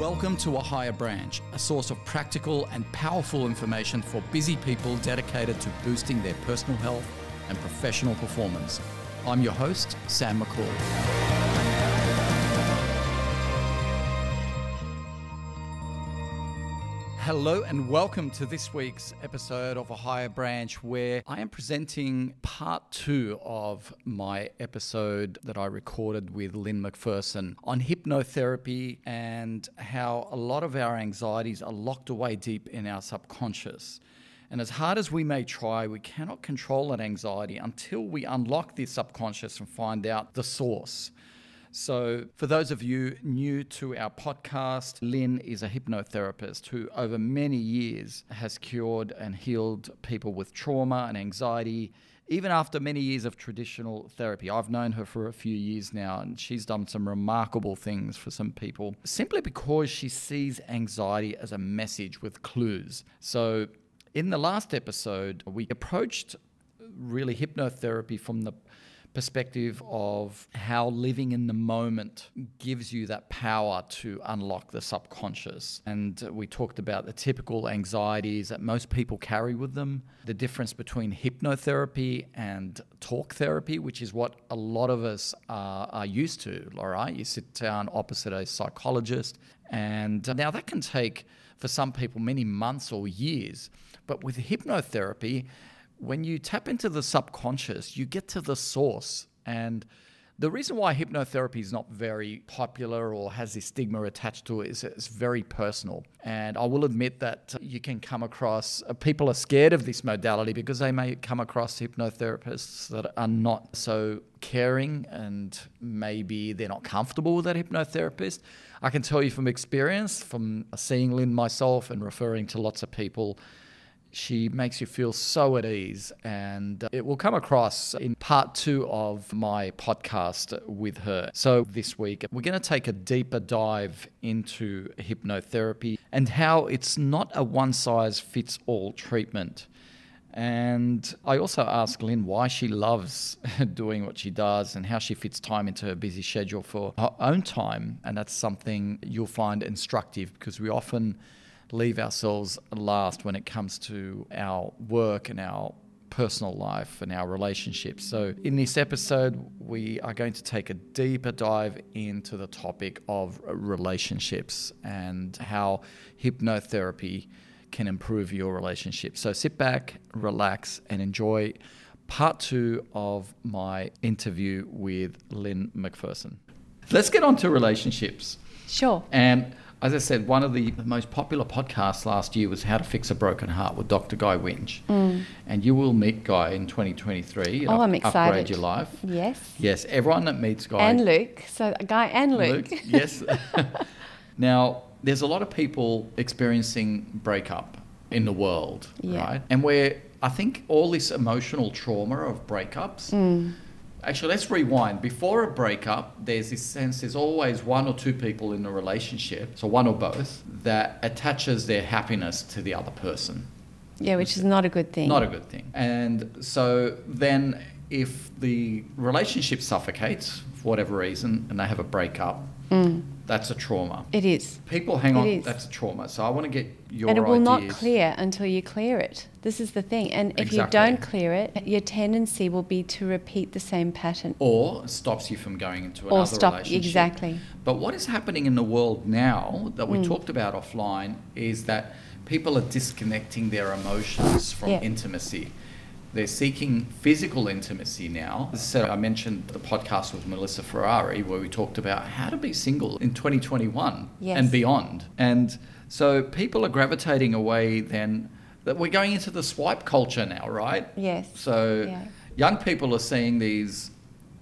Welcome to A Higher Branch, a source of practical and powerful information for busy people dedicated to boosting their personal health and professional performance. I'm your host, Sam McCall. Hello and welcome to this week's episode of A Higher Branch, where I am presenting part two of my episode that I recorded with Lynn McPherson on hypnotherapy and how a lot of our anxieties are locked away deep in our subconscious. And as hard as we may try, we cannot control that anxiety until we unlock the subconscious and find out the source. So, for those of you new to our podcast, Lynn is a hypnotherapist who, over many years, has cured and healed people with trauma and anxiety, even after many years of traditional therapy. I've known her for a few years now, and she's done some remarkable things for some people simply because she sees anxiety as a message with clues. So, in the last episode, we approached really hypnotherapy from the perspective of how living in the moment gives you that power to unlock the subconscious. And we talked about the typical anxieties that most people carry with them, the difference between hypnotherapy and talk therapy, which is what a lot of us are, are used to, all right? You sit down opposite a psychologist, and now that can take, for some people, many months or years. But with hypnotherapy, when you tap into the subconscious, you get to the source. And the reason why hypnotherapy is not very popular or has this stigma attached to it is it's very personal. And I will admit that you can come across uh, people are scared of this modality because they may come across hypnotherapists that are not so caring and maybe they're not comfortable with that hypnotherapist. I can tell you from experience, from seeing Lynn myself and referring to lots of people she makes you feel so at ease, and uh, it will come across in part two of my podcast with her. So, this week, we're going to take a deeper dive into hypnotherapy and how it's not a one size fits all treatment. And I also asked Lynn why she loves doing what she does and how she fits time into her busy schedule for her own time. And that's something you'll find instructive because we often leave ourselves last when it comes to our work and our personal life and our relationships. So, in this episode, we are going to take a deeper dive into the topic of relationships and how hypnotherapy can improve your relationship. So, sit back, relax, and enjoy part two of my interview with Lynn McPherson. Let's get on to relationships. Sure. And as I said, one of the most popular podcasts last year was How to Fix a Broken Heart with Dr. Guy Winch. And you will meet Guy in 2023. and Mm. Oh, I'm up- Upgrade excited. your life. Yes. Yes, everyone that meets Guy. And Luke. So Guy and Luke. Luke, yes. now, there's a lot of people experiencing breakup in the world, Yeah. right? And where I think all this emotional trauma of breakups. Mm. Hmm. Actually, let's rewind. Before a breakup, there's this sense there's always one or two people in a relationship, so one or both, that attaches their happiness to the other person. yeah, which is not a good thing. Not a good thing. And so then, if the relationship suffocates for whatever reason and they have a breakup, that's a trauma. Hmm. it is. People hang on, It is. that's a trauma. So I want to get your and it will not ideas. clear until you clear it. This is the thing. And if Exactly. you don't clear it, your tendency will be to repeat the same pattern Or stops you from going into another or stop. relationship. Exactly. But what is happening in the world now that we Hmm. talked about offline is that people are disconnecting their emotions from Yeah. intimacy. They're seeking physical intimacy now. So I mentioned the podcast with Melissa Ferrari where we talked about how to be single in 2021 Yes. and beyond. And so people are gravitating away then that we're going into the swipe culture now, right? Yes. So Yeah. young people are seeing these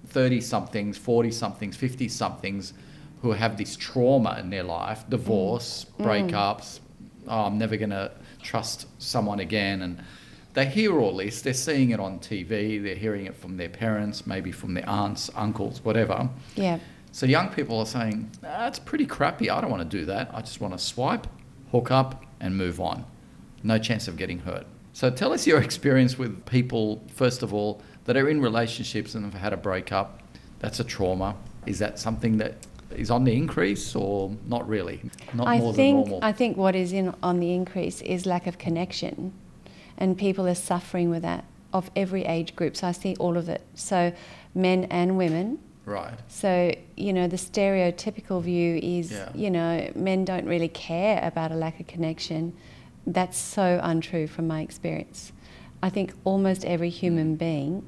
30 somethings, 40 somethings, 50 somethings who have this trauma in their life Mm. divorce, breakups, oh, I'm never going to trust someone again. And they hear all this, they're seeing it on TV, they're hearing it from their parents, maybe from their aunts, uncles, whatever. Yeah. So young people are saying, that's pretty crappy. I don't want to do that. I just want to swipe, hook up, and move on. No chance of getting hurt. So tell us your experience with people, first of all, that are in relationships and have had a breakup. That's a trauma. Is that something that is on the increase or not really? Not I more think than normal. I think what is in on the increase is lack of connection, and people are suffering with that of every age group. So I see all of it. So men and women. right. So you know the stereotypical view is Yeah. you know men don't really care about a lack of connection. That's so untrue from my experience. I think almost every human Mm. being,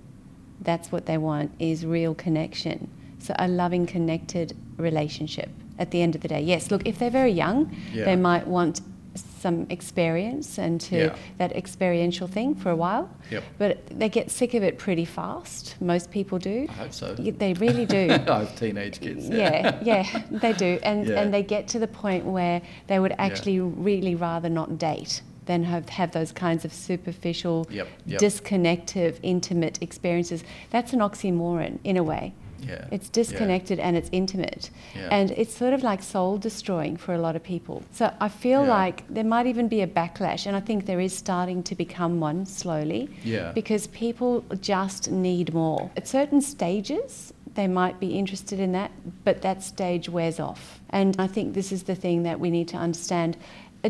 that's what they want is real connection. So a loving, connected relationship. At the end of the day, yes. Look, if they're very young, Yeah. they might want some experience and to Yeah. that experiential thing for a while. Yep. But they get sick of it pretty fast. Most people do. I hope so. Y- They really do. I have teenage kids. Yeah, yeah, they do. And, Yeah. and they get to the point where they would actually really rather not date than have, have those kinds of superficial, Yep, yep. disconnective, intimate experiences. That's an oxymoron in a way. Yeah. It's Yeah. disconnected and it's intimate. Yeah. And it's sort of like soul destroying for a lot of people. So I feel Yeah. like there might even be a backlash, and I think there is starting to become one slowly Yeah. because people just need more. At certain stages, they might be interested in that, but that stage wears off. And I think this is the thing that we need to understand.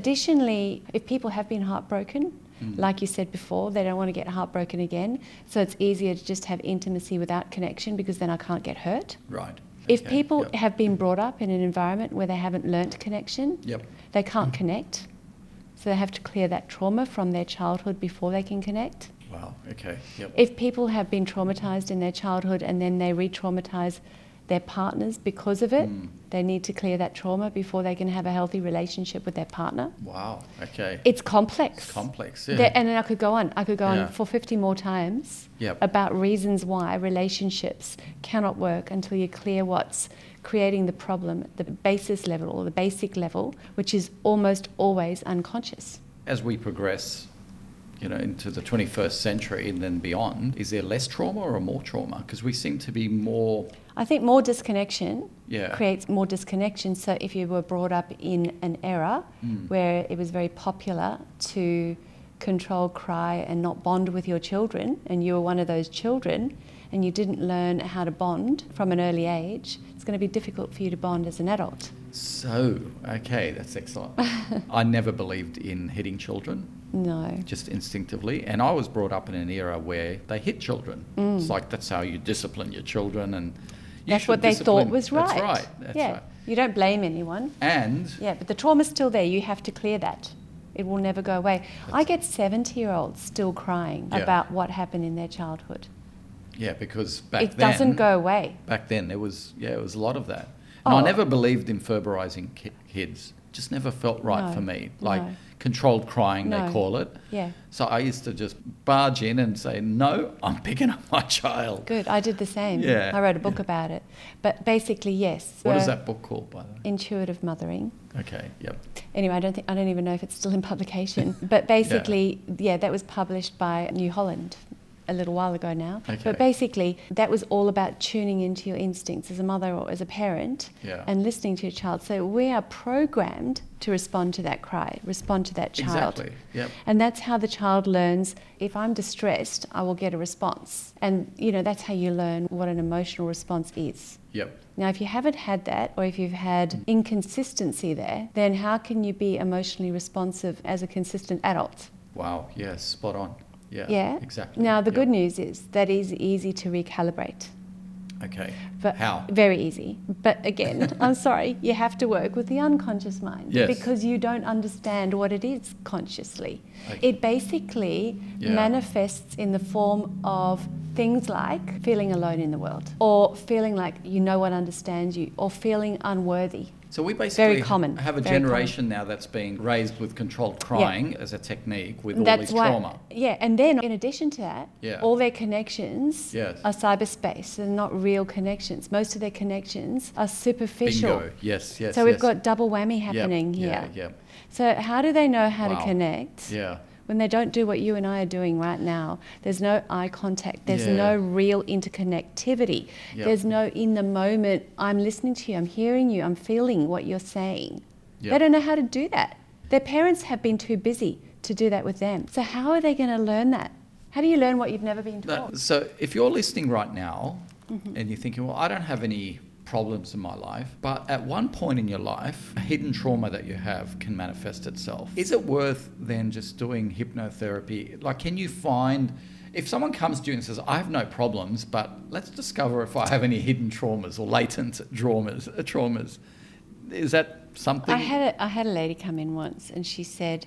Additionally, if people have been heartbroken, like you said before, they don't want to get heartbroken again. So it's easier to just have intimacy without connection because then I can't get hurt. Right. If Okay, people yep. have been brought up in an environment where they haven't learnt connection, Yep. they can't connect. So they have to clear that trauma from their childhood before they can connect. Wow. Okay. Yep. If people have been traumatized in their childhood and then they re traumatize their partners because of it, Mm. they need to clear that trauma before they can have a healthy relationship with their partner. Wow. Okay. It's complex. It's complex. Yeah. There- and then I could go on. I could go Yeah. on for 50 more times Yep. about reasons why relationships cannot work until you clear what's creating the problem at the basis level or the basic level, which is almost always unconscious. As we progress, you know, into the 21st century and then beyond, is there less trauma or more trauma? Because we seem to be more. I think more disconnection Yeah. creates more disconnection. So if you were brought up in an era Mm. where it was very popular to control, cry, and not bond with your children, and you were one of those children, and you didn't learn how to bond from an early age, it's going to be difficult for you to bond as an adult. So, okay, that's excellent. I never believed in hitting children. No. just instinctively. And I was brought up in an era where they hit children. It's like that's how you discipline your children, and you Mm. That's should what they discipline- thought was right. That's right. That's yeah. right. You don't blame anyone. And Yeah, but the trauma's still there. You have to clear that. It will never go away. I get 70 year olds still crying Yeah. about what happened in their childhood. yeah, because back it then doesn't go away. Back then, there was yeah, it was a lot of that. And I Oh. never believed in ferberizing ki- kids. Just never felt right No, for me. Like no. controlled crying, they No. call it. Yeah. So I used to just barge in and say, "No, I'm picking up my child." Good. I did the same. Yeah, I wrote a book yeah. about it. But basically, yes. What is uh, that book called, by the way? Intuitive mothering. Okay. Yep. Anyway, I don't think I don't even know if it's still in publication. But basically, yeah, that was published by New Holland a little while ago now. Okay. But basically, that was all about tuning into your instincts as a mother or as a parent Yeah. and listening to your child. So we are programmed to respond to that cry, respond to that child. Exactly. Yep. And that's how the child learns if I'm distressed, I will get a response. And, you know, that's how you learn what an emotional response is. Yep. Now, if you haven't had that, or if you've had inconsistency there, then how can you be emotionally responsive as a consistent adult? Wow. Yeah. Spot on. Yeah. Yeah. Exactly. Now, the Yeah. good news is that is easy to recalibrate. Okay. But How? Very easy. But again, I'm sorry, you have to work with the unconscious mind Yes. because you don't understand what it is consciously. Okay. It basically Yeah. manifests in the form of things like feeling alone in the world or feeling like you no one understands you or feeling unworthy. So we basically common, have a very generation now that's being raised with controlled crying as a technique with all this trauma. Yeah, and then in addition to that, Yeah. all their connections Yes. are cyberspace. so They're not real connections. Most of their connections are superficial. Bingo. Yes. Yes. So we've yes. got double whammy Yep, happening yeah, here. Yeah. So how do they know how Wow. to connect Yeah. when they don't do what you and I are doing right now? There's no eye contact. There's Yeah. no real interconnectivity. Yep. There's no in the moment. I'm listening to you. I'm hearing you. I'm feeling what you're saying. Yep. They don't know how to do that. Their parents have been too busy to do that with them. So how are they going to learn that? How do you learn what you've never been taught? Mm-hmm. That- so if you're listening right now and you're thinking, well, I don't have any problems in my life. But at one point in your life, a hidden trauma that you have can manifest itself. Is it worth then just doing hypnotherapy? Like, can you find. If someone comes to you and says, I have no problems, but let's discover if I have any hidden traumas or latent traumas, traumas. Is that something? I had a, I had a lady come in once and she said,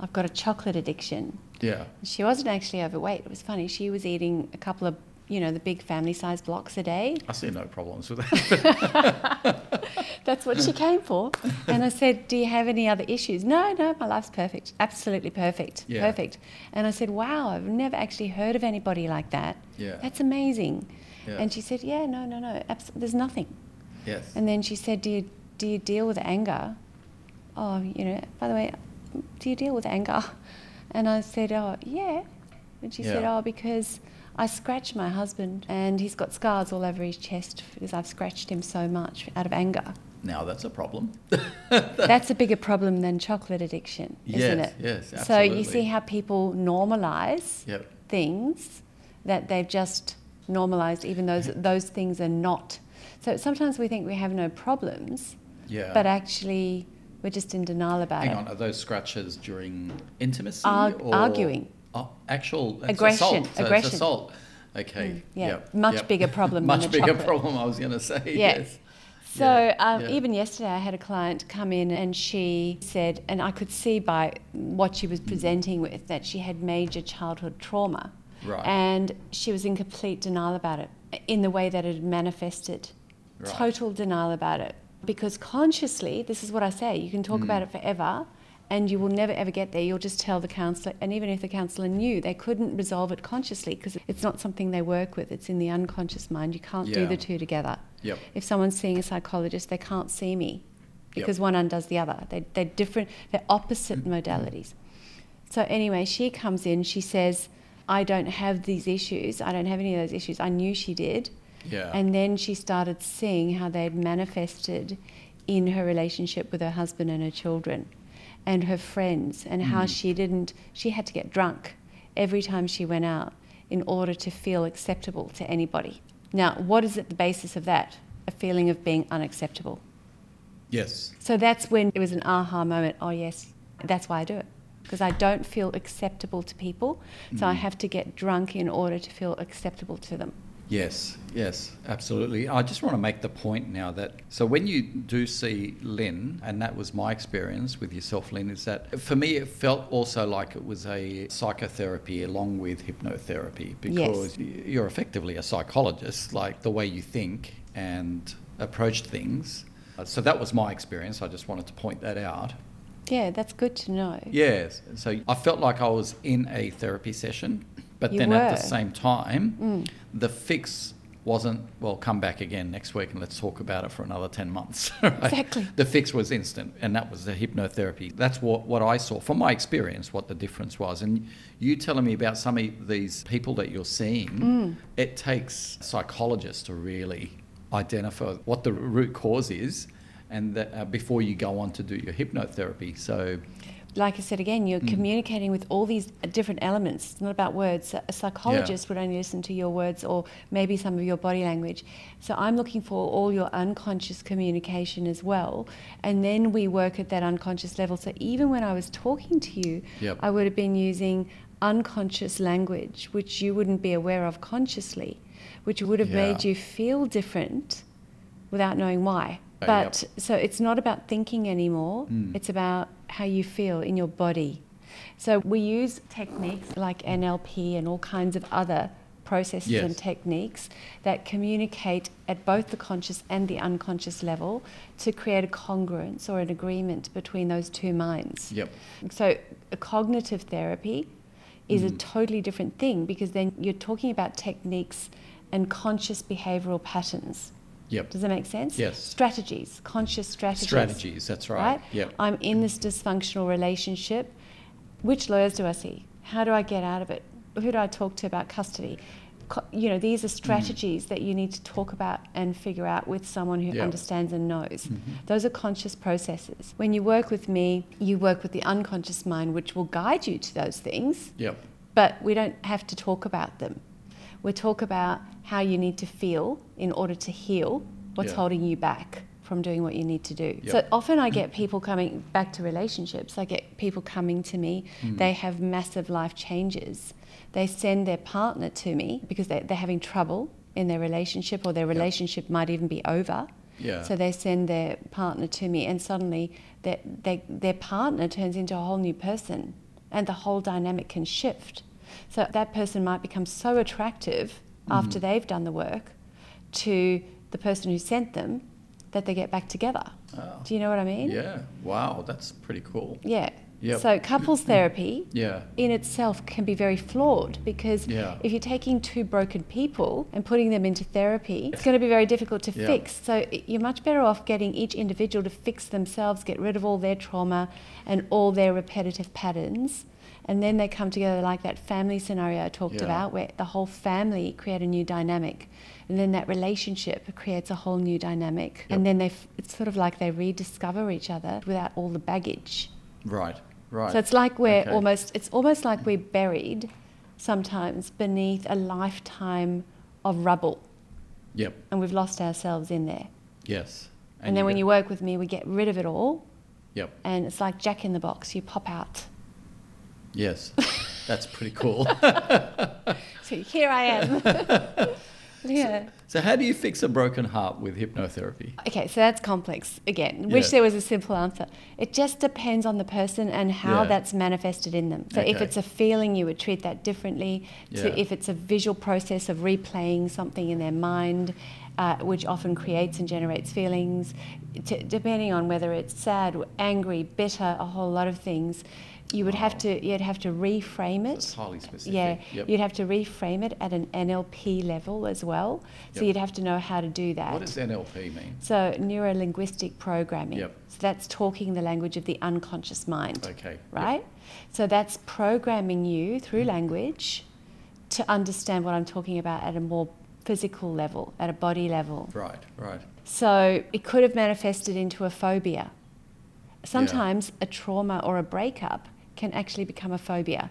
I've got a chocolate addiction. yeah. She wasn't actually overweight. It was funny. She was eating a couple of, you know, the big family size blocks a day. I see no problems with that. That's what she came for. And I said, Do you have any other issues? No, no, my life's perfect. Absolutely perfect. Yeah. Perfect. And I said, Wow, I've never actually heard of anybody like that. Yeah. That's amazing. Yeah. And she said, Yeah, no, no, no. Abs- there's nothing. yes. And then she said, do you, do you deal with anger? Oh, you know, by the way, do you deal with anger? And I said, Oh, yeah. And she said, Yeah. Oh, because I scratched my husband and he's got scars all over his chest because I've scratched him so much out of anger. Now that's a problem. That's a bigger problem than chocolate addiction, isn't Yes, it? yes, So you see absolutely. how people normalize Yep. things that they've just normalized, even those those things are not. So sometimes we think we have no problems, Yeah. but actually we're just in denial about Hang it. on, are those scratches during intimacy Arg- or arguing. Oh, actual it's Aggression, Assault. So it's aggression. Mm, assault. Okay. yeah. Yep, Much yep. bigger problem than Much the bigger chocolate. problem. I was going to say. Yeah. Yes. So Yeah, um, yeah. even yesterday, I had a client come in, and she said, and I could see by what she was Mm. presenting with that she had major childhood trauma, Right. and she was in complete denial about it in the way that it had manifested, Right. total denial about it. Because consciously, this is what I say: you can Hmm. talk about it forever, and you will never ever get there. You'll just tell the counselor, and even if the counselor knew, they couldn't resolve it consciously because it's not something they work with. It's in the unconscious mind. You can't do Yeah. the two together. Yep. If someone's seeing a psychologist, they can't see me because Yep. one undoes the other. They, they're different, they're opposite Mm-hmm. modalities. So, anyway, she comes in, she says, I don't have these issues. I don't have any of those issues. I knew she did. Yeah. And then she started seeing how they had manifested in her relationship with her husband and her children and her friends, and how she didn't, she had to get drunk every time she went out in order to feel acceptable to anybody. Now, what is at the basis of that? A feeling of being unacceptable. yes. So that's when it was an aha moment. Oh, yes, that's why I do it. Because I don't feel acceptable to people. So I have to get drunk in order to feel acceptable to them. Yes, yes, absolutely. I just want to make the point now that so when you do see Lynn, and that was my experience with yourself, Lynn, is that for me it felt also like it was a psychotherapy along with hypnotherapy because y- you're effectively a psychologist, like the way you think and approach things. Uh, So that was my experience. I just wanted to point that out. Yeah, that's good to know. Yes. So I felt like I was in a therapy session, but You then at the were. Mm. same time, the fix wasn't, well, come back again next week and let's talk about it for another 10 months. right? Exactly. The fix was instant, and that was the hypnotherapy. That's what, what I saw from my experience, what the difference was. And you telling me about some of these people that you're seeing, Mm. it takes psychologists to really identify what the root cause is. And that, uh, before you go on to do your hypnotherapy, so Like I said again, Mm. you're communicating with all these different elements. It's not about words. A psychologist would only listen to your words or maybe some of your body language. So I'm looking for all your unconscious communication as well. And then we work at that unconscious level. So even when I was talking to you, Yep. I would have been using unconscious language, which you wouldn't be aware of consciously, which would have Yeah. made you feel different without knowing why. Uh, But so it's not about thinking anymore, Hmm. it's about how you feel in your body. So we use techniques like NLP and all kinds of other processes Yes. and techniques that communicate at both the conscious and the unconscious level to create a congruence or an agreement between those two minds. yep. So, a cognitive therapy is Hmm. a totally different thing because then you're talking about techniques and conscious behavioral patterns. Yep. Does that make sense? Yes. Strategies, conscious strategies. Strategies, that's right. Right? Yep. I'm in this dysfunctional relationship. Which lawyers do I see? How do I get out of it? Who do I talk to about custody? Co- You know, these are Mm-hmm. strategies that you need to talk about and figure out with someone who Yeah. understands and knows. Mm-hmm. Those are conscious processes. When you work with me, you work with the unconscious mind, which will guide you to those things Yep. but we don't have to talk about them. We talk about how you need to feel in order to heal What's Yeah. holding you back from doing what you need to do? Yep. So often I get people coming back to relationships. I get people coming to me. They have massive life changes. They send their partner to me because they, they're having trouble in their relationship or their relationship might even be over. Yeah. So they send their partner to me, and suddenly their, they, their partner turns into a whole new person, and the whole dynamic can shift. So that person might become so attractive Mm-hmm. after they've done the work to the person who sent them that they get back together. Oh. Do you know what I mean? Yeah. Wow, that's pretty cool. Yeah. Yep. So couples therapy Yeah. in itself can be very flawed because Yeah. if you're taking two broken people and putting them into therapy, it's going to be very difficult to Yeah. fix. So i- you're much better off getting each individual to fix themselves, get rid of all their trauma and all their repetitive patterns. And then they come together like that family scenario I talked Yeah. about, where the whole family create a new dynamic. And then that relationship creates a whole new dynamic. Yep. And then they, f- it's sort of like they rediscover each other without all the baggage. Right. Right. So it's like we're Okay. almost it's almost like we're buried sometimes beneath a lifetime of rubble Yep. and we've lost ourselves in there. Yes. And, then when you work with me we get rid of it all you Yep. and it's like jack in the box, you pop out. Yes. That's pretty cool. So here I am. yeah. so how do you fix a broken heart with hypnotherapy? Okay, so that's complex again. Wish Yeah. there was a simple answer. It just depends on the person and how Yeah. that's manifested in them. So if Okay. it's a feeling, you would treat that differently. Yeah. To if it's a visual process of replaying something in their mind, uh, which often creates and generates feelings, t- depending on whether it's sad, angry, bitter, a whole lot of things, you would have Wow. to you'd have to reframe it. Oh. That's highly specific. Yeah, Yep. you'd have to reframe it at an NLP level as well. So Yep. you'd have to know how to do that. What does NLP mean? So, neuro linguistic programming. Yep. So, that's talking the language of the unconscious mind, Okay. Yep. right? So, that's programming you through language to understand what I'm talking about at a more physical level, at a body level. Right. Right. So, it could have manifested into a phobia. Sometimes a trauma or a breakup can actually become a phobia.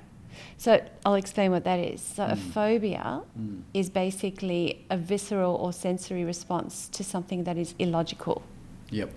So, I'll explain what that is. So, Hmm. a phobia Mm. is basically a visceral or sensory response to something that is illogical. Yep.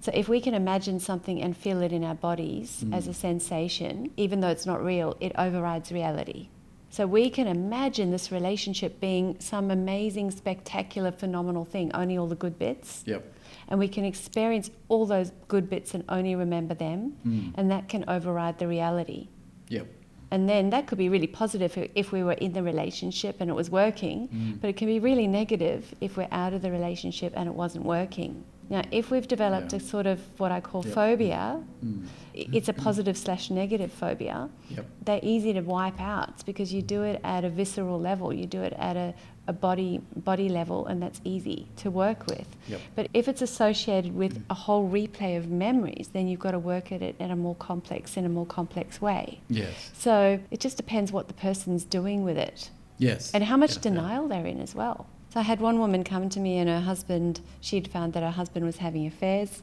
So if we can imagine something and feel it in our bodies as a sensation, even though it's not real, it overrides reality. So we can imagine this relationship being some amazing, spectacular, phenomenal thing, only all the good bits. Yep. And we can experience all those good bits and only remember them. Mm. And that can override the reality. Yep. And then that could be really positive i- if we were in the relationship and it was working, Mm. but it can be really negative if we're out of the relationship and it wasn't working. Now, if we've developed Yeah. a sort of what I call Yep. phobia, Mm. i- it's a positive slash negative phobia. Yep. They're easy to wipe out It's because you do it at a visceral level, you do it at a, a body body level, and that's easy to work with. Yep. But if it's associated with a whole replay of memories, then you've got to work at it in a more complex in a more complex way. Yes. So it just depends what the person's doing with it Yes. and how much Yeah, yeah. denial they're in as well. So I had one woman come to me and her husband, she'd found that her husband was having affairs,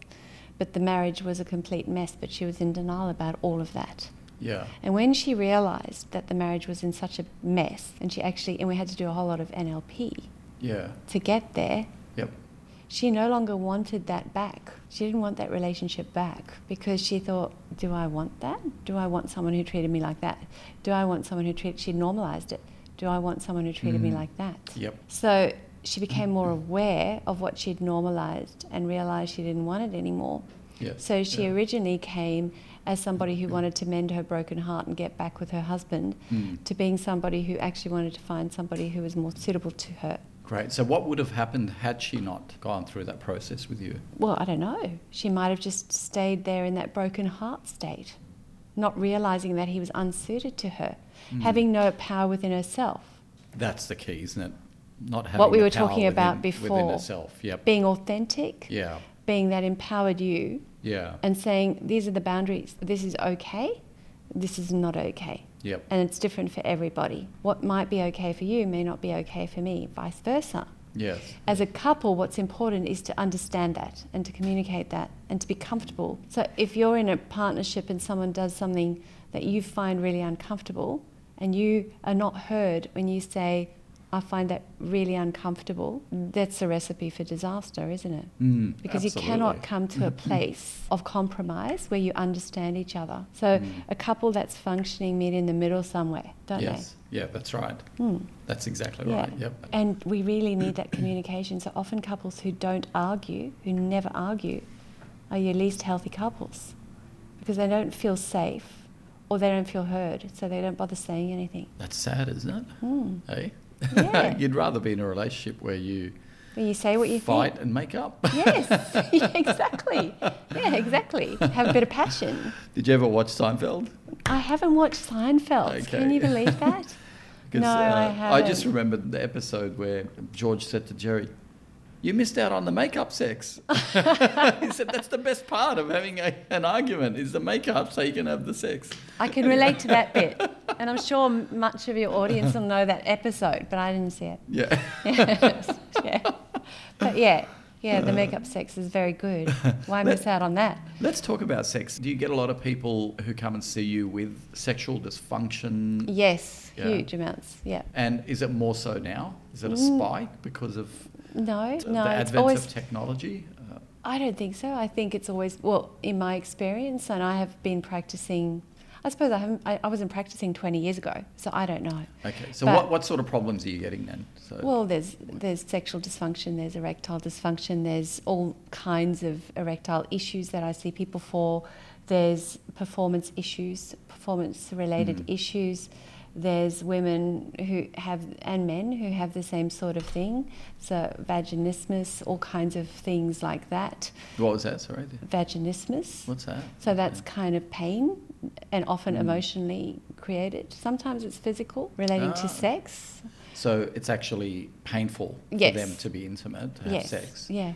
but the marriage was a complete mess, but she was in denial about all of that. Yeah. And when she realized that the marriage was in such a mess, and she actually, and we had to do a whole lot of NLP Yeah. to get there, Yep. she no longer wanted that back. She didn't want that relationship back because she thought, do I want that? Do I want someone who treated me like that? Do I want someone who treated, she normalized it. Do I want someone who treated me Mm. like that? Yep. So she became more aware of what she'd normalized and realized she didn't want it anymore. Yes. So she yeah. originally came as somebody who wanted to mend her broken heart and get back with her husband Mm. to being somebody who actually wanted to find somebody who was more suitable to her. Great. So what would have happened had she not gone through that process with you? Well, I don't know. She might have just stayed there in that broken heart state, not realizing that he was unsuited to her, Hmm. having no power within herself, That's the key, isn't it? Not having we the were power talking about within- within before. herself. Yep. being authentic, Yeah. being that empowered you, Yeah. and saying, These are the boundaries. This is okay. This is not okay. Yep. And it's different for everybody. What might be okay for you may not be okay for me, vice versa. Yes. As a couple, what's important is to understand that and to communicate that and to be comfortable. So, if you're in a partnership and someone does something that you find really uncomfortable and you are not heard when you say, I find that really uncomfortable, that's a recipe for disaster, isn't it? Mm, because absolutely. Mm-hmm. you cannot come to a place of compromise where you understand each other. So Hmm. a couple that's functioning meet in the middle somewhere, don't Yes. Yeah, that's right. they? Mm, That's exactly yeah. right. Yep. And we really need that communication. So often couples who don't argue, who never argue, are your least healthy couples because they don't feel safe or they don't feel heard, so they don't bother saying anything. That's sad, isn't it? Mm. Hey? Yeah. You'd rather be in a relationship where you Well, you say what you fight think. and make up. yes, yeah, exactly. Yeah, exactly. Have a bit of passion. Did you ever watch Seinfeld? I haven't watched Seinfeld. Can Okay. you believe that? 'Cause, uh, No, I just haven't. remembered the episode where George said to Jerry, "You missed out on the make-up sex." he said, "That's the best part of having a, an argument is the make-up, so you can have the sex." I can relate to that bit. And I'm sure m- much of your audience will know that episode, but I didn't see it. Yeah. yeah. But yeah, yeah, the makeup sex is very good. Why miss out on that? Let's talk about sex. Do you get a lot of people who come and see you with sexual dysfunction? Yes, Yeah. huge amounts. Yeah. And is it more so now? Is it a Mm. spike because of No, the no, it's advent always of technology? Uh, I don't think so. I think it's always, well, in my experience, and I have been practicing, I suppose I haven't, I, I wasn't practicing 20 years ago, so I don't know. okay. So But- what, what sort of problems are you getting then? So Well, there's, there's sexual dysfunction, there's erectile dysfunction, there's all kinds of erectile issues that I see people for, there's performance issues, performance related Mm. issues. There's women who have, and men who have the same sort of thing. So, vaginismus, all kinds of things like that. what was that? Sorry. Vaginismus. What's that? So that's kind of pain and Mm. often emotionally created. Sometimes it's physical, relating Ah. to sex. So it's actually painful Yes. for them to be intimate, to have yes. sex. Yeah.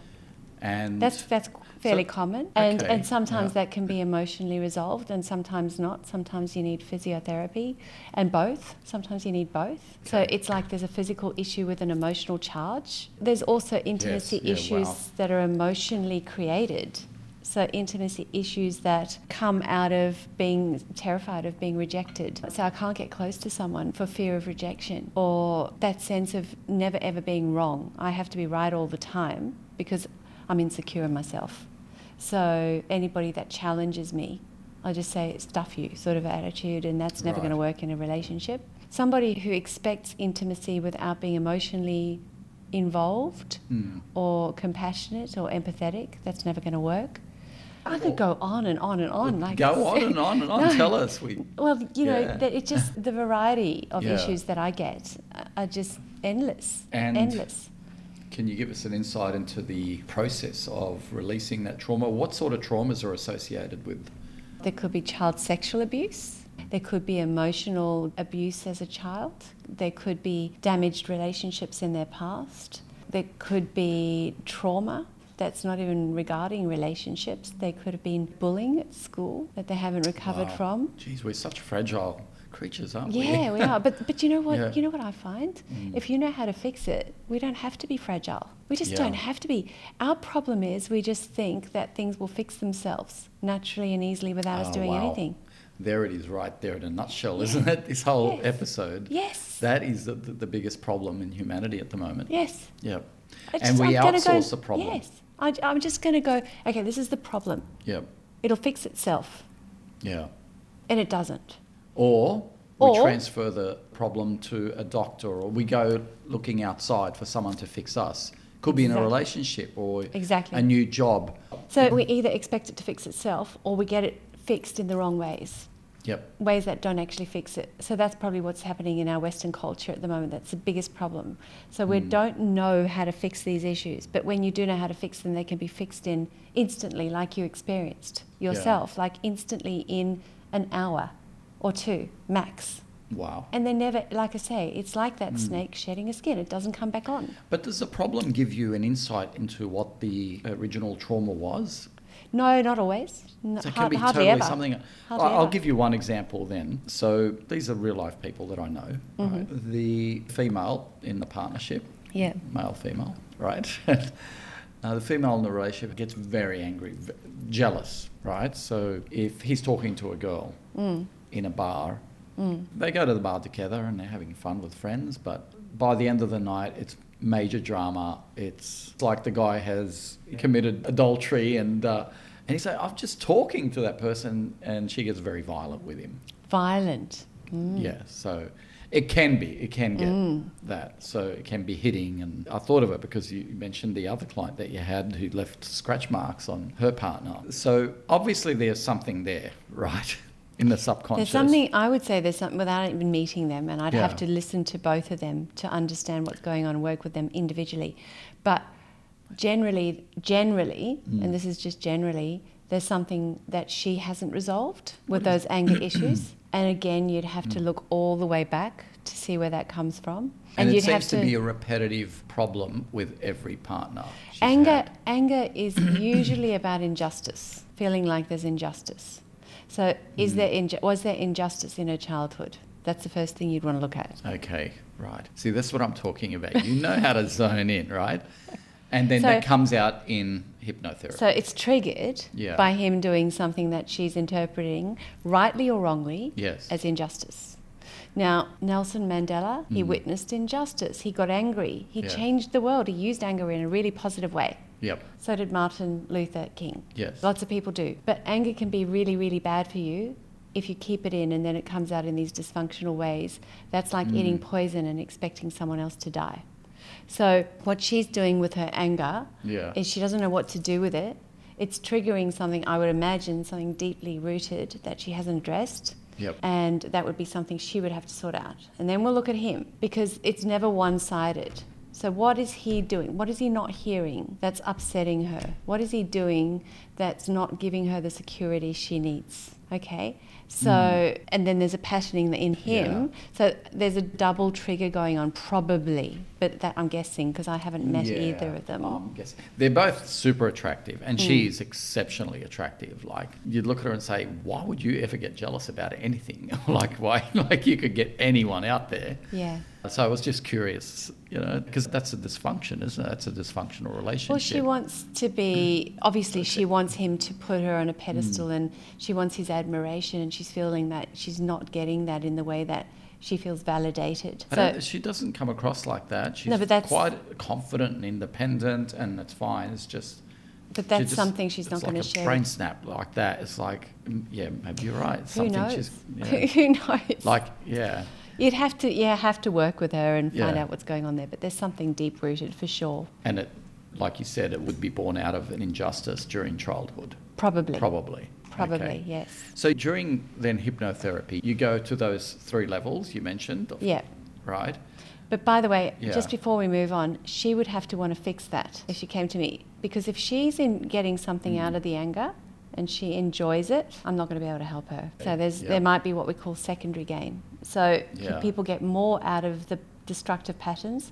And That's that's fairly common. And Okay, and sometimes yeah. that can be emotionally resolved and sometimes not. Sometimes you need physiotherapy and both. Sometimes you need both. So Okay. it's like there's a physical issue with an emotional charge. There's also intimacy yeah, issues wow. that are emotionally created. So intimacy issues that come out of being terrified of being rejected. So I can't get close to someone for fear of rejection or that sense of never ever being wrong. I have to be right all the time because I'm insecure in myself. So anybody that challenges me, I just say stuff you sort of attitude and that's never Right. going to work in a relationship. Somebody who expects intimacy without being emotionally involved Mm. or compassionate or empathetic. That's never going to work. I could go on and on and on. Like go on and on and on. No. Tell us. We Well, you know, Yeah. that it's just the variety of Yeah. issues that I get are just endless, And- endless. can you give us an insight into the process of releasing that trauma? What sort of traumas are associated with? There could be child sexual abuse. There could be emotional abuse as a child. There could be damaged relationships in their past. There could be trauma that's not even regarding relationships. They could have been bullying at school that they haven't recovered Wow. from. uh, Geez, we're such fragile creatures, aren't we? Yeah, we are. But but you know what? Yeah. Mm. You know what I find? If you know how to fix it, we don't have to be fragile. We just Yeah. don't have to be. Our problem is we just think that things will fix themselves naturally and easily without us Oh, doing wow. anything. There it is, right there in a nutshell, isn't it? This whole Yes. episode. Yes. That is the, the, the biggest problem in humanity at the moment. yes. Yep. I and we gonna go- outsource the problem. Yes. I, I'm just going to go. Okay, this is the problem. Yep. It'll fix itself, Yeah. and it doesn't. Or we Or- transfer the problem to a doctor, or we go looking outside for someone to fix us. Could be in a Exactly. relationship or Exactly. a new job. So we either expect it to fix itself, or we get it fixed in the wrong ways. Yep. ways that don't actually fix it. So that's probably what's happening in our Western culture at the moment. That's the biggest problem. So we Hmm. don't know how to fix these issues, but when you do know how to fix them, they can be fixed in instantly, like you experienced yourself, like instantly in an hour or two max. Wow. And they never, like I say, it's like Hmm. that snake shedding a skin. It doesn't come back on. But does the problem give you an insight into what the original trauma was? No, not always. N- So it can hard- be hardly totally ever. something. Hardly I- I'll ever. give you one example then. So these are real life people that I know. Mm-hmm. right? The female in the partnership, Yeah. male female, right? uh, the female in the relationship gets very angry, v- jealous, right? So if he's talking to a girl Mm, in a bar, they go to the bar together and they're having fun with friends, but by the end of the night, it's major drama. It's like the guy has committed adultery, and uh, and he's like, "I'm just talking to that person," and she gets very violent with him. Violent. Mm. Yeah, so it can be, it can get that. So it can be hitting, and I thought of it because you mentioned the other client that you had who left scratch marks on her partner. So obviously, there's something there, right, in the subconscious. There's something I would say there's something without even meeting them, and I'd Yeah. have to listen to both of them to understand what's going on, and work with them individually. But generally, generally, Mm. and this is just generally, there's something that she hasn't resolved with those anger issues. And again, you'd have to look all the way back to see where that comes from. Mm. And, it you'd seems to, be a repetitive problem with every partner. she's anger had. anger is usually about injustice feeling like there's injustice so is Hmm. there inju- was there injustice in her childhood that's the first thing you'd want to look at Okay, right. See, that's what I'm talking about. You know how to zone in, right? And then So- that comes out in hypnotherapy. so it's triggered Yeah. by him doing something that she's interpreting rightly or wrongly yes. as injustice now nelson mandela he Mhm. witnessed injustice he got angry he Yeah. changed the world he used anger in a really positive way yep. so did martin luther king Yes. Lots of people do. But anger can be really, really bad for you if you keep it in and then it comes out in these dysfunctional ways. That's like eating poison and expecting someone else to die. So, what she's doing with her anger Yeah. is she doesn't know what to do with it. It's triggering something, I would imagine, something deeply rooted that she hasn't addressed. Yep. And that would be something she would have to sort out. And then we'll look at him because it's never one sided. So, what is he doing? What is he not hearing that's upsetting her? What is he doing that's not giving her the security she needs? Okay. So, and then there's a patterning in him. So, there's a double trigger going on, probably, but that I'm guessing because I haven't met Yeah, Um, either of them. Mm. I'm guessing. They're both super attractive, and she's exceptionally attractive. Like you'd look at her and say, "Why would you ever get jealous about anything? like why? Like you could get anyone out there." yeah. So I was just curious, you know, because that's a dysfunction, isn't it? That's a dysfunctional relationship. Mm. Well, she wants to be, obviously, she wants him to put her on a pedestal and she wants his admiration, and she's feeling that she's not getting that in the way that she feels validated. I So, don't- she doesn't come across like that. She's No, but that's- quite confident and independent, and that's fine. It's just but she that's just- something she's not it's going like to a share. Brain with- snap like that. It's like, mm, yeah, maybe you're right. It's Who Something knows? she's yeah. Who knows? like, yeah, You'd have to, yeah, have to work with her and find Yeah. out what's going on there. But there's something deep rooted for sure, and it, like you said, it would be born out of an injustice during childhood, probably, probably. probably, Okay. yes, So during then hypnotherapy, you go to those three levels you mentioned, of- yeah. right? But by the way, Yeah. just before we move on, she would have to want to fix that if she came to me. Because if she's in getting something Mm. out of the anger and she enjoys it, I'm not going to be able to help her. So there's Yeah. there might be what we call secondary gain. So Yeah. people get more out of the destructive patterns.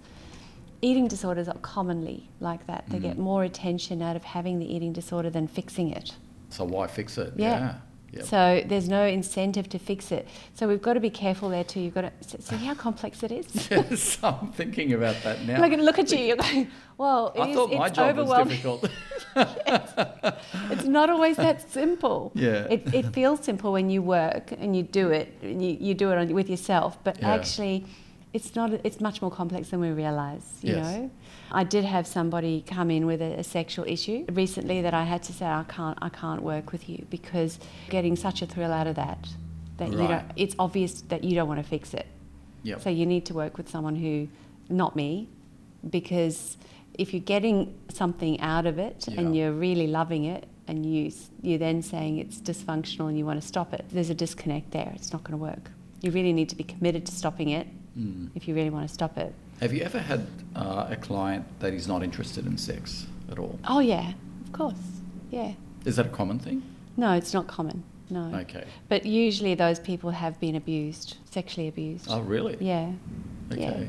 Eating disorders are commonly like that. They Mm. get more attention out of having the eating disorder than fixing it. So why fix it? Yeah. yeah. Yep. So there's no incentive to fix it. So we've got to be careful there too. You've got to so- see how complex it is. yes, I'm thinking about that now. Look at look at you. You're going, well, it I is- thought my it's job was overwhelming. difficult. It's not always that simple. Yeah. It, it feels simple when you work and you do it, and you, you do it on, with yourself, but Yeah. actually, it's not. It's much more complex than we realise. You Yes. know, I did have somebody come in with a, a sexual issue recently that I had to say I can't. I can't work with you because getting such a thrill out of that that you Right. don't. It's obvious that you don't want to fix it. Yep. So you need to work with someone who, not me, because if you're getting something out of it and Yeah. you're really loving it and you s- you're then saying it's dysfunctional and you want to stop it, there's a disconnect there. It's not going to work. You really need to be committed to stopping it Mm. if you really want to stop it. Have you ever had uh, a client that is not interested in sex at all? Oh yeah, of course. Yeah. Is that a common thing? No, it's not common. No. Okay. But usually those people have been abused, sexually abused. Oh, really? Yeah. Okay.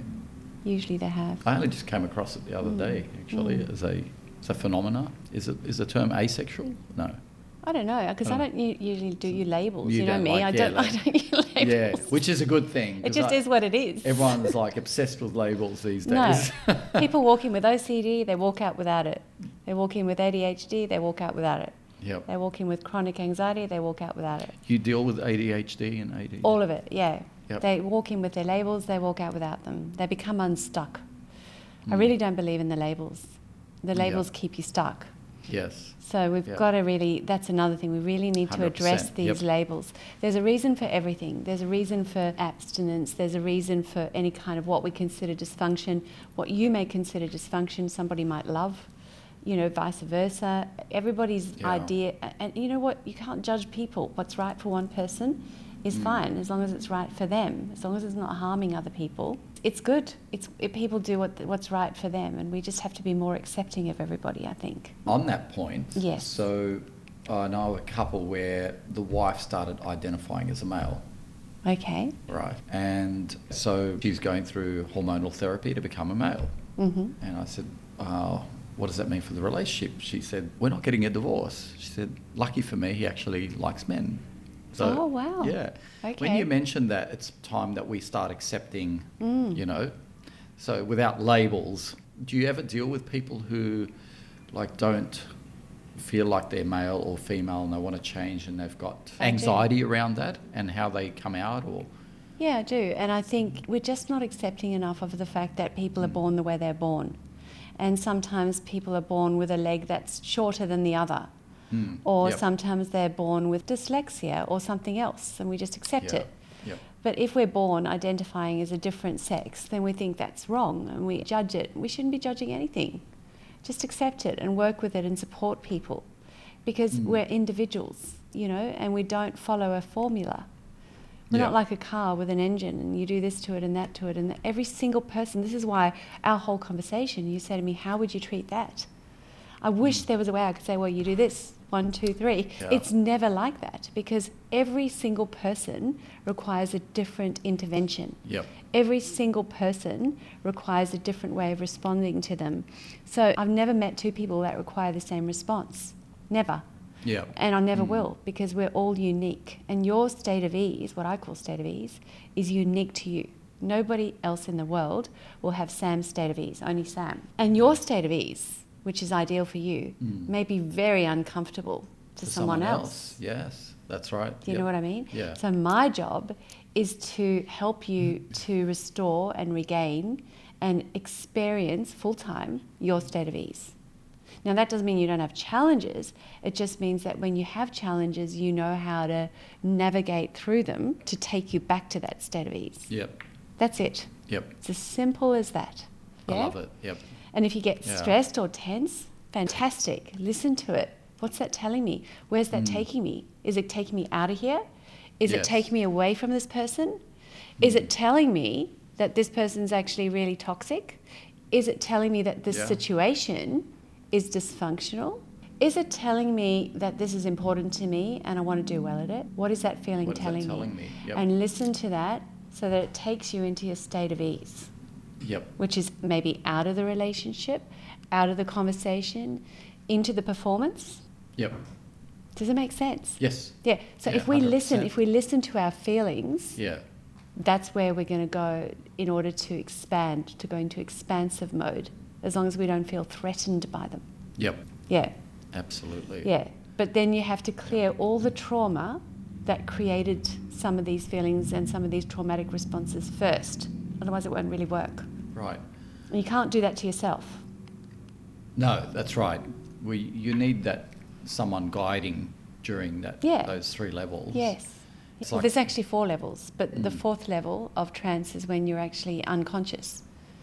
Usually they have. I only just came across it the other Mm. day, actually, Mm. as a as a phenomena. Is it is the term asexual? No. I don't know because I Oh. don't u- usually do you labels. You You, know don't me. like- I yeah, don't. I that- don't do labels. which is a good thing. it 'cause just I- is what it is. Everyone's like obsessed with labels these No. days. people walk in with OCD, they walk out without it. They walk in with ADHD, they walk out without it. Yep. They walk in with chronic anxiety, they walk out without it. You deal with ADHD and AD. All of it, yeah. Yep. They walk in with their labels, they walk out without them. They become unstuck. I really don't believe in the labels. The Hmm. Yeah. labels keep you stuck. Yes. So we've Yeah. got to really, that's another thing, we really need to 100%, address yep. these labels. There's a reason for everything. There's a reason for abstinence. There's a reason for any kind of what we consider dysfunction, what you may consider dysfunction, somebody might love, you know, vice versa. Everybody's Yeah. idea, a- and you know what, you can't judge people. What's right for one person Mm. is fine as long as it's right for them, as long as it's not harming other people. It's good. It's, it, people do what, what's right for them, and we just have to be more accepting of everybody, I think. On that point, Yes. so uh, I know a couple where the wife started identifying as a male. Okay. Right. And so she's going through hormonal therapy to become a male. Mm-hmm. And I said, oh, what does that mean for the relationship? She said, we're not getting a divorce. She said, lucky for me, he actually likes men. So, Oh, wow. Yeah. When Okay. you mentioned that, it's time that we start accepting, Mm. you know, so without labels. Do you ever deal with people who, like, don't feel like they're male or female and they want to change and they've got I do. anxiety around that and how they come out or Yeah, I do. And I think we're just not accepting enough of the fact that people are born the way they're born. And sometimes people are born with a leg that's shorter than the other. Hmm. Or Yep. sometimes they're born with dyslexia or something else, and we just accept Yeah. it. Yep. But if we're born identifying as a different sex, then we think that's wrong and we judge it. We shouldn't be judging anything. Just accept it and work with it and support people because Mm. we're individuals, you know, and we don't follow a formula. We're Yeah. not like a car with an engine and you do this to it and that to it. And every single person, this is why our whole conversation, you say to me, How would you treat that? I wish Mm. there was a way I could say, Well, you do this one, two, three. Yeah. It's never like that because every single person requires a different intervention. Yep. Every single person requires a different way of responding to them. So I've never met two people that require the same response. Never. Yep. And I never Mm. will because we're all unique. And your state of ease, what I call state of ease, is unique to you. Nobody else in the world will have Sam's state of ease, only Sam. And your state of ease, which is ideal for you, Mm. may be very uncomfortable to, To Hmm. someone, else. Yes, that's right. Do you know what I mean? Yeah. So my job is to help you to restore and regain and experience full time your state of ease. Now that doesn't mean you don't have challenges. It just means that when you have challenges, you know how to navigate through them to take you back to that state of ease. Yep. That's it. Yep. It's as simple as that. I Yeah? love it. Yep. And if you get Yeah. stressed or tense, fantastic. Listen to it. What's that telling me? Where's that taking me? Is it taking me out of here? Is it Hmm. Yes. Hmm. taking me away from this person? Is it telling me that this person's actually really toxic? Is it telling me that this Yeah. situation is dysfunctional? Is it telling me that this is important to me and I want to do well at it? What is that feeling What is that telling, telling me? Yep. And listen to that so that it takes you into your state of ease Yep. which is maybe out of the relationship, out of the conversation, into the performance. Yep. Does it make sense? Yes. Yeah. So Yeah, if we listen, 100%. if we listen to our feelings, Yeah. that's where we're going to go in order to expand, to go into expansive mode, as long as we don't feel threatened by them. Yep. Yeah. Absolutely. Yeah. But then you have to clear all the trauma that created some of these feelings and some of these traumatic responses first. Otherwise, it won't really work. Right. And you can't do that to yourself. No, that's right. We you need that someone guiding during that Yeah. those three levels. Yes. It's Well, like- there's actually four levels, but the Mm. fourth level of trance is when you're actually unconscious.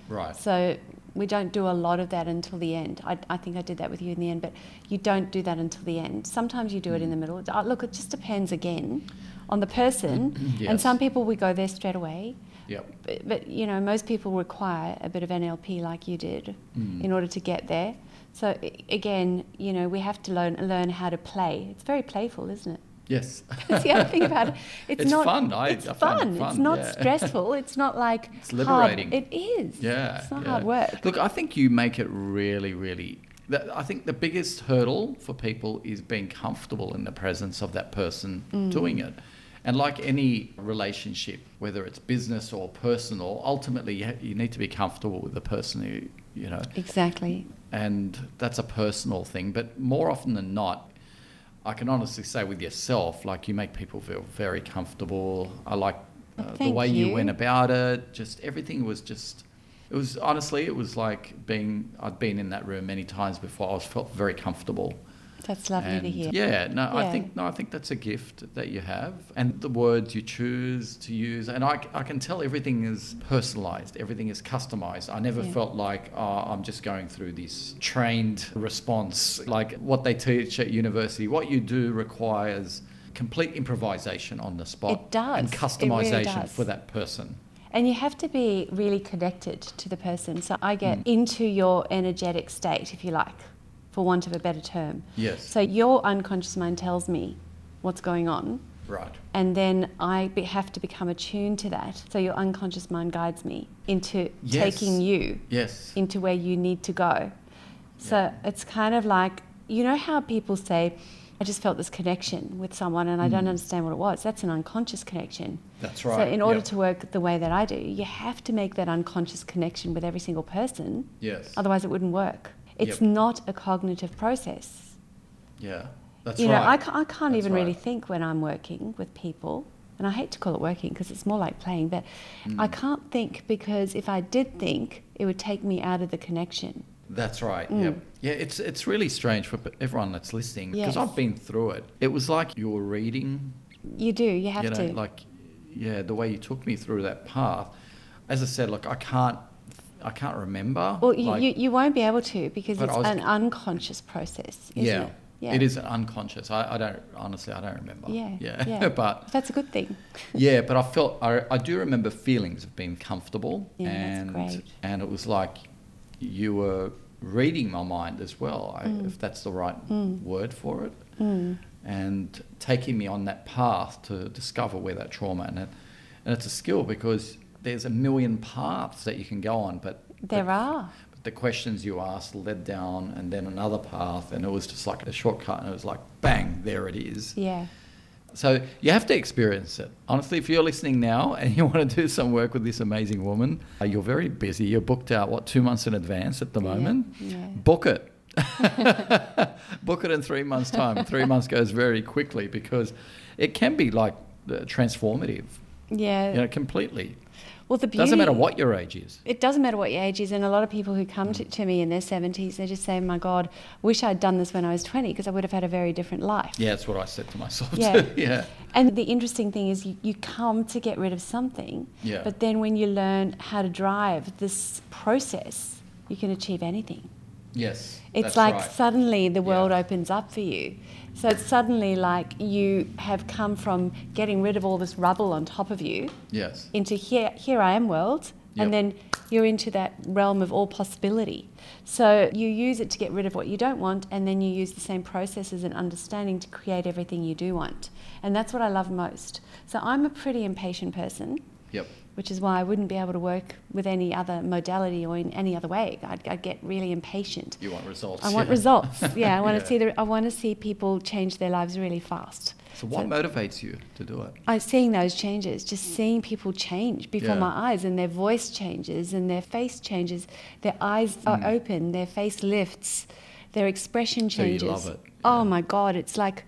Right. So we don't do a lot of that until the end. I, I think I did that with you in the end, but you don't do that until the end. Sometimes you do it Mm. in the middle. Uh, Look, it just depends again on the person. And Yes. some people we go there straight away. Yep. But, but you know, most people require a bit of NLP like you did Mm. in order to get there. So i- again, you know, we have to learn learn how to play. It's very playful, isn't it? Yes. That's the other thing about it. It's, It's not fun. I- it's I found it fun. It's fun, not yeah. stressful. It's not like It's liberating. Hard. It is. Yeah. It's not yeah. hard work. Look, I think you make it really, really. That, I think the biggest hurdle for people is being comfortable in the presence of that person Mm. doing it. And like any relationship, whether it's business or personal, ultimately you, ha- you need to be comfortable with the person who, you know, Exactly. and that's a personal thing. But more often than not, I can honestly say with yourself, like you make people feel very comfortable. I like Uh, the Thank way you. you. went about it, just everything was just. It was honestly, it was like being. I'd been in that room many times before. I was felt very comfortable. That's lovely to And hear. Yeah, no, I Yeah. think no, I think that's a gift that you have, and the words you choose to use, and I, c- I can tell everything is personalized, everything is customized. I never Yeah. felt like oh, I'm just going through this trained response, like what they teach at university. What you do requires complete improvisation on the spot, It does. and It really customization does. for that person. And you have to be really connected to the person. So I get Mm. into your energetic state, if you like, for want of a better term. Yes, So your unconscious mind tells me what's going on, right. and then I be, have to become attuned to that. So your unconscious mind guides me into Yes. taking you Yes, into where you need to go. So it's kind of like, you know how people say, I just felt this connection with someone and I don't understand what it was. That's an unconscious connection. Mm. that's right. So, in order Yep. to work the way that I do, you have to make that unconscious connection with every single person, yes, otherwise, it wouldn't work. It's Yep. not a cognitive process. yeah, that's you know, I right. ca- I, can't That's even really right. think when I'm working with people. And I hate to call it working because it's more like playing, but I Mm. can't think because if I did think, it would take me out of the connection. That's right. Mm. Yep. Yeah, it's it's really strange for p- everyone that's listening because Yes. I've been through it. It was like you were reading, You do, you have you know, to. like yeah, the way you took me through that path. As I said, look, I can't I can't remember. well, you, oh, like, you, you won't be able to because But it's I was- an unconscious process, isn't yeah, it? it is unconscious. I, I don't honestly, I don't remember. Yeah. yeah, yeah. but that's a good thing. yeah, but I felt I, I do remember feelings of being comfortable Yeah, that's and great. and it was like you were reading my mind as well, I, Mm. if that's the right word for it, and taking me on that path to discover where that trauma and it, and it's a skill because there's a million paths that you can go on, but There but, are. But the questions you asked led down and then another path, and it was just like a shortcut, and it was like bang, there it is. Yeah. So you have to experience it. Honestly, if you're listening now and you want to do some work with this amazing woman, uh, you're very busy. You're booked out, what, two months in advance at the Yeah, moment? yeah. Book it. Book it in three months' time. Three months goes very quickly because it can be like uh, transformative, Yeah. you know, completely. Well, the beauty Doesn't matter what Mm. your age is. It doesn't matter what your age is, and a lot of people who come to, to me in their seventies, they just say, "My God, wish I'd done this when I was twenty, because I would have had a very different life." Yeah, that's what I said to myself Yeah. too. Yeah. And the interesting thing is, you, you come to get rid of something, Yeah. but then when you learn how to drive this process, you can achieve anything. Yes. It's that's like right. suddenly the world Yeah. opens up for you. So it's suddenly like you have come from getting rid of all this rubble on top of you Yes. into here here I am world Yep. and then you're into that realm of all possibility. So you use it to get rid of what you don't want and then you use the same processes and understanding to create everything you do want. And that's what I love most. So I'm a pretty impatient person, Yep. which is why I wouldn't be able to work with any other modality or in any other way. I'd, I'd get really impatient. You want results. I want yeah. results. Yeah, I want Yeah. to see the, I want to see people change their lives really fast. So, what motivates you to do it? I'm seeing those changes, just seeing people change before Yeah. my eyes, and their voice changes, and their face changes, their eyes are open, their face lifts, their expression Mm. So you changes. love it, yeah. Oh my God, it's like,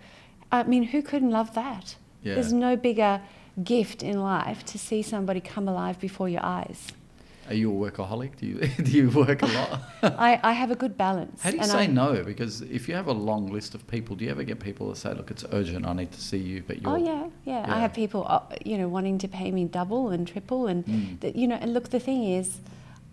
I mean, who couldn't love that? Yeah. There's no bigger gift in life to see somebody come alive before your eyes. Are you a workaholic? Do you do you work a lot? I, I have a good balance. How do you and say I- no? Because if you have a long list of people, do you ever get people that say, "Look, it's urgent. I need to see you," but you're Oh yeah, yeah, Yeah. I have people, uh, you know, wanting to pay me double and triple, and Mm. th- you know, and look, the thing is,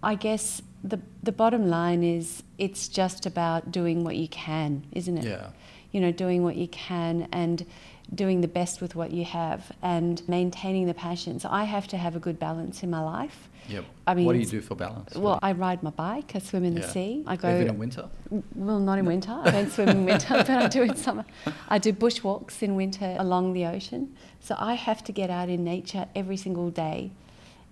I guess the the bottom line is it's just about doing what you can, isn't it? Yeah. You know, doing what you can and doing the best with what you have and maintaining the passion. So I have to have a good balance in my life. Yep. I mean, what do you it's- do for balance? Well, I ride my bike, I swim in the sea, I go Even in winter. well, not in winter. I don't swim in winter, but I do in summer. I do bush walks in winter along the ocean. So I have to get out in nature every single day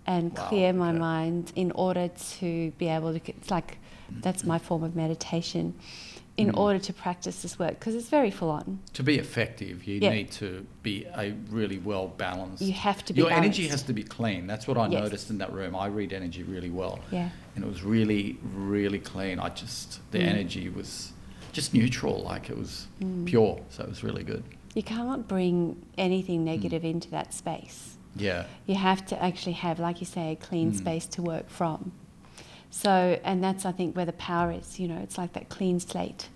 and Wow, clear my okay. mind in order to be able to. get- It's like that's my form of meditation in Mm. order to practice this work because it's very full on. To be effective, you Yeah. need to be a really well balanced. You have to be Your energy balanced. has to be clean. That's what I Yes. noticed in that room. I read energy really well. Yeah. And it was really, really clean. I just the Mm. energy was just neutral, like it was pure. So it was really good. Mm. You can't bring anything negative into that space. Yeah. You have to actually have, like you say, a Mm. clean space to work from. So, and that's, I think, where the power is, you know, it's like that clean slate.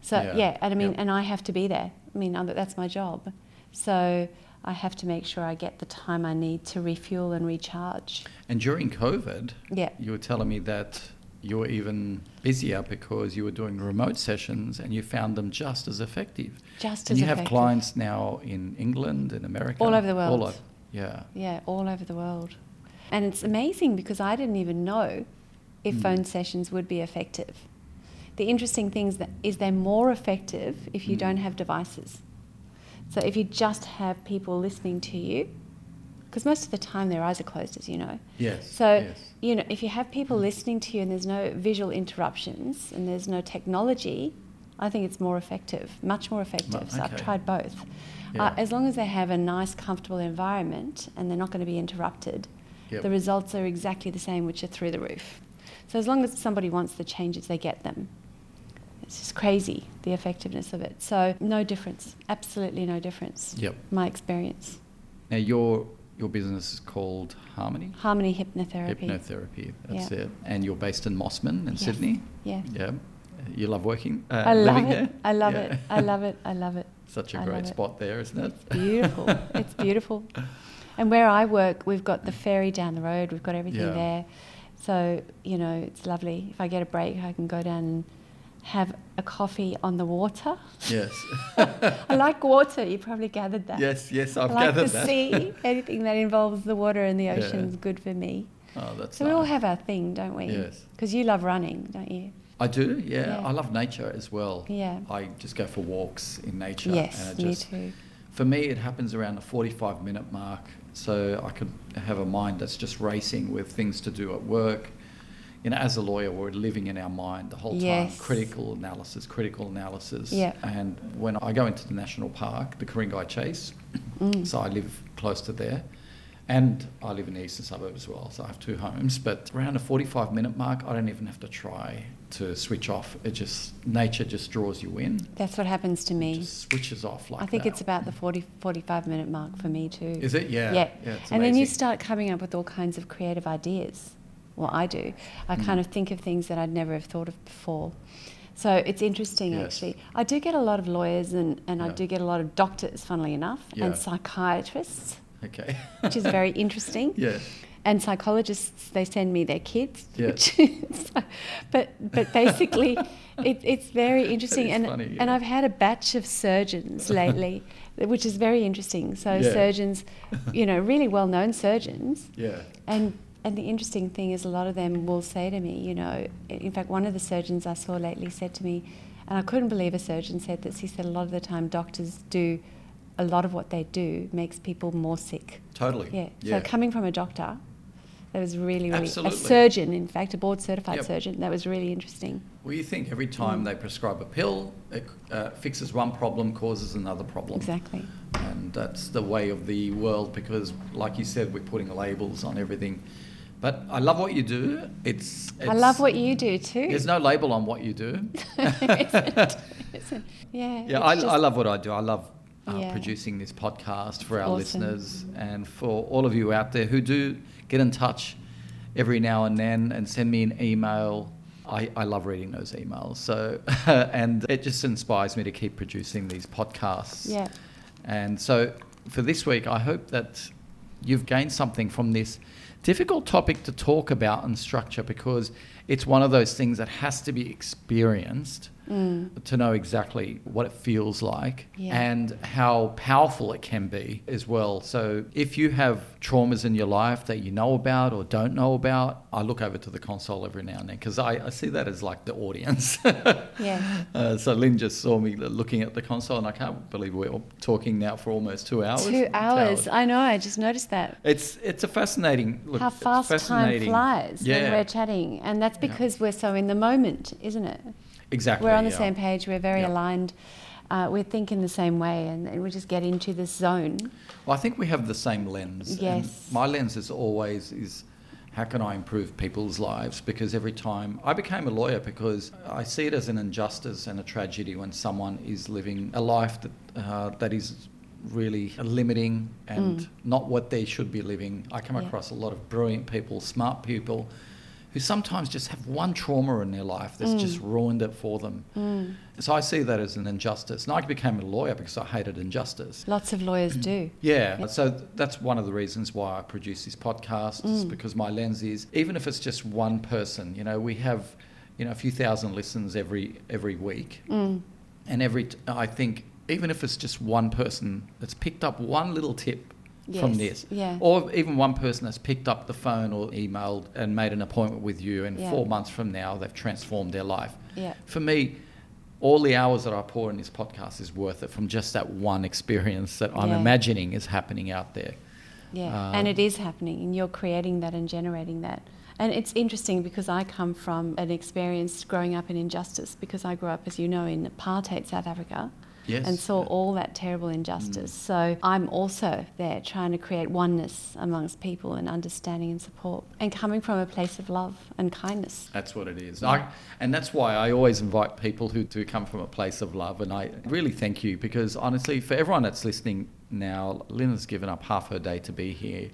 So, Yeah. yeah, and I mean, Yep. and I have to be there. I mean, I'm- that's my job. So, I have to make sure I get the time I need to refuel and recharge. And during COVID, Yeah. you were telling me that you were even busier because you were doing remote sessions and you found them just as effective. Just and as you have effective. clients now in England, in America, All over the world. All over, yeah. Yeah, all over the world. And it's amazing because I didn't even know if Mm. phone sessions would be effective. The interesting thing is, that, is they're more effective if you Mm. don't have devices. So if you just have people listening to you, because most of the time their eyes are closed, as you know. Yes. So, yes. you know, if you have people listening to you and there's no visual interruptions and there's no technology, I think it's more effective, much more effective. So I've okay. tried both. Yeah. Uh, as long as they have a nice, comfortable environment and they're not going to be interrupted, Yep. the results are exactly the same, which are through the roof. So as long as somebody wants the changes, they get them. It's just crazy, the effectiveness of it. So no difference, absolutely no difference. Yep. My experience. Now your your business is called Harmony Harmony hypnotherapy. Hypnotherapy. That's Yeah. it. And you're based in Mossman in Yes. Sydney. yeah. Yeah. You love working. Uh, I love living it. there? I love Yeah. it. I love it. I love it. Such a I love great it. spot there, isn't it? It's beautiful. it's beautiful. And where I work, we've got the ferry down the road. We've got everything Yeah. there. So, you know, it's lovely. If I get a break, I can go down and have a coffee on the water. Yes. I like water. You probably gathered that. Yes, yes, I I've like gathered the that. sea. Anything that involves the water and the Yeah. ocean is good for me. Oh, that's So we all nice. have our thing, don't we? Yes. Because you love running, don't you? I do, yeah. Yeah. I love nature as well. Yeah. I just go for walks in nature. Yes, I me just, too. For me, it happens around the 45 minute mark. So I could have a mind that's just racing with things to do at work. You know, as a lawyer, we're living in our mind the whole Yes. time. Critical analysis, critical analysis. Yeah. And when I go into the national park, the Coringai Chase, Mm. so I live close to there. And I live in the eastern suburb as well, so I have two homes. But around a 45 minute mark, I don't even have to try to switch off. It just, nature just draws you in. That's what happens to me. Just switches off like I think that. it's about the 40, 45 minute mark for me too. Is it? Yeah. Yeah. it's and then you amazing. start coming up with all kinds of creative ideas. Well, I do. I kind Mm. of think of things that I'd never have thought of before. So it's interesting, Yes. actually. I do get a lot of lawyers and, and I Yeah. do get a lot of doctors, funnily enough, Yeah. and psychiatrists, Okay. which is very interesting. yeah. And psychologists, they send me their kids. Yeah. Which is, but, but basically, it, it's very interesting. is and, funny, and yeah. I've had a batch of surgeons lately, which is very interesting. So, Yeah. surgeons, you know, really well known surgeons. Yeah. And and the interesting thing is, a lot of them will say to me, you know, in fact, one of the surgeons I saw lately said to me, and I couldn't believe a surgeon said this. He said a lot of the time doctors do a lot of what they do makes people more sick. Totally. Yeah. So coming from a doctor, that was really, really Absolutely. a surgeon. In fact, a board certified Yep. surgeon. That was really interesting. well, you think every time Mm. they prescribe a pill, it uh, fixes one problem, causes another problem. Exactly. And that's the way of the world because, like you said, we're putting labels on everything. But I love what you do. It's, it's I love what you do too. There's no label on what you do. Isn't- isn't- yeah. Yeah, it's I, just- I love what I do. I love uh, Yeah. producing this podcast for our Awesome. listeners and for all of you out there who do get in touch every now and then and send me an email. I, I love reading those emails. So, and it just inspires me to keep producing these podcasts. Yeah. And so for this week, I hope that you've gained something from this difficult topic to talk about and structure because it's one of those things that has to be experienced Mm. to know exactly what it feels like Yeah. and how powerful it can be as well. So, if you have traumas in your life that you know about or don't know about, I look over to the console every now and then because I, I see that as like the audience. Yeah. Uh, so Lynn just saw me looking at the console, and I can't believe we're talking now for almost two hours. Two hours. I know. I just noticed that. It's it's a fascinating look. How it's fast time fascinating. flies when Yeah, we're chatting, and that's Yeah. because we're so in the moment, isn't it? exactly. We're on the yeah. same page. We're very Yeah. aligned. Uh, we think in the same way, and, and we just get into this zone. Well, I think we have the same lens. and Yes. my lens is always is how can I improve people's lives? Because every time I became a lawyer because I see it as an injustice and a tragedy when someone is living a life that uh, that is really limiting and Mm. not what they should be living. I come Yeah. across a lot of brilliant people, smart people, who sometimes just have one trauma in their life that's just ruined it for them. Mm. So I see that as an injustice. And I became a lawyer because I hated injustice. Lots of lawyers do. Yeah, Yeah. so that's one of the reasons why I produce these podcasts is Mm. because my lens is even if it's just one person, you know, we have, you know, a few thousand listens every every week, Mm. and every t- I think even if it's just one person that's picked up one little tip from Yes, this, yeah. or even one person that's picked up the phone or emailed and made an appointment with you, and Yeah. four months from now they've transformed their life. Yeah. For me. All the hours that I pour in this podcast is worth it from just that one experience that I'm Yeah. imagining is happening out there. Yeah, and Um, it is happening, and you're creating that and generating that. And it's interesting because I come from an experience growing up in injustice because I grew up, as you know, in apartheid South Africa Yes. Mm. and saw all that terrible injustice. So I'm also there trying to create oneness amongst people and understanding and support and coming from a place of love and kindness. That's what it is. I, and that's why I always invite people who do come from a place of love. And I really thank you because honestly, for everyone that's listening now, Linda's given up half her day to be here.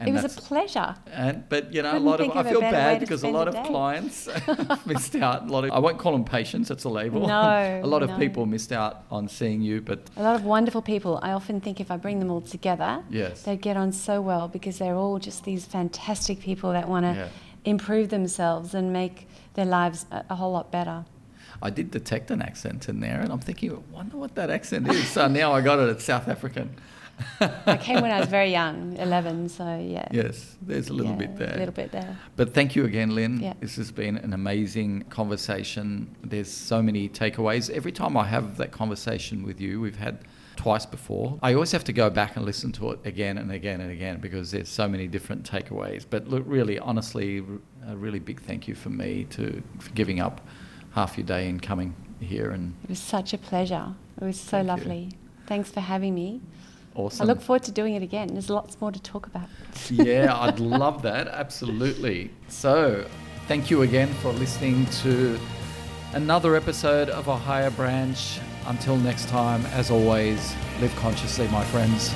it was a that's- pleasure. and but you know a Couldn't lot of, think I of a feel better way bad to because a spend lot a of day. clients missed out. A lot of I won't call them patients. That's a label. No, a lot of no. people missed out on seeing you. But A lot of wonderful people. I often think if I bring them all together, Yes. they get on so well because they're all just these fantastic people that want to Yeah. improve themselves and make their lives a, a whole lot better. I did detect an accent in there, and I'm thinking, I wonder what that accent is. so now I got it. It's South African. I came when I was very young, 11, so yeah. Yes, there's a little Yeah, bit there. A little bit there. But thank you again, Lynn. Yeah. This has been an amazing conversation. There's so many takeaways. Every time I have that conversation with you, we've had twice before, I always have to go back and listen to it again and again and again because there's so many different takeaways. But look, really, honestly, r- a really big thank you from me to for giving up half your day and coming here and It was such a pleasure. It was so Thank you. lovely. Thanks for having me. awesome. I look forward to doing it again. There's lots more to talk about. yeah, I'd love that. Absolutely. So, thank you again for listening to another episode of A Higher Branch. Until next time, as always, live consciously, my friends.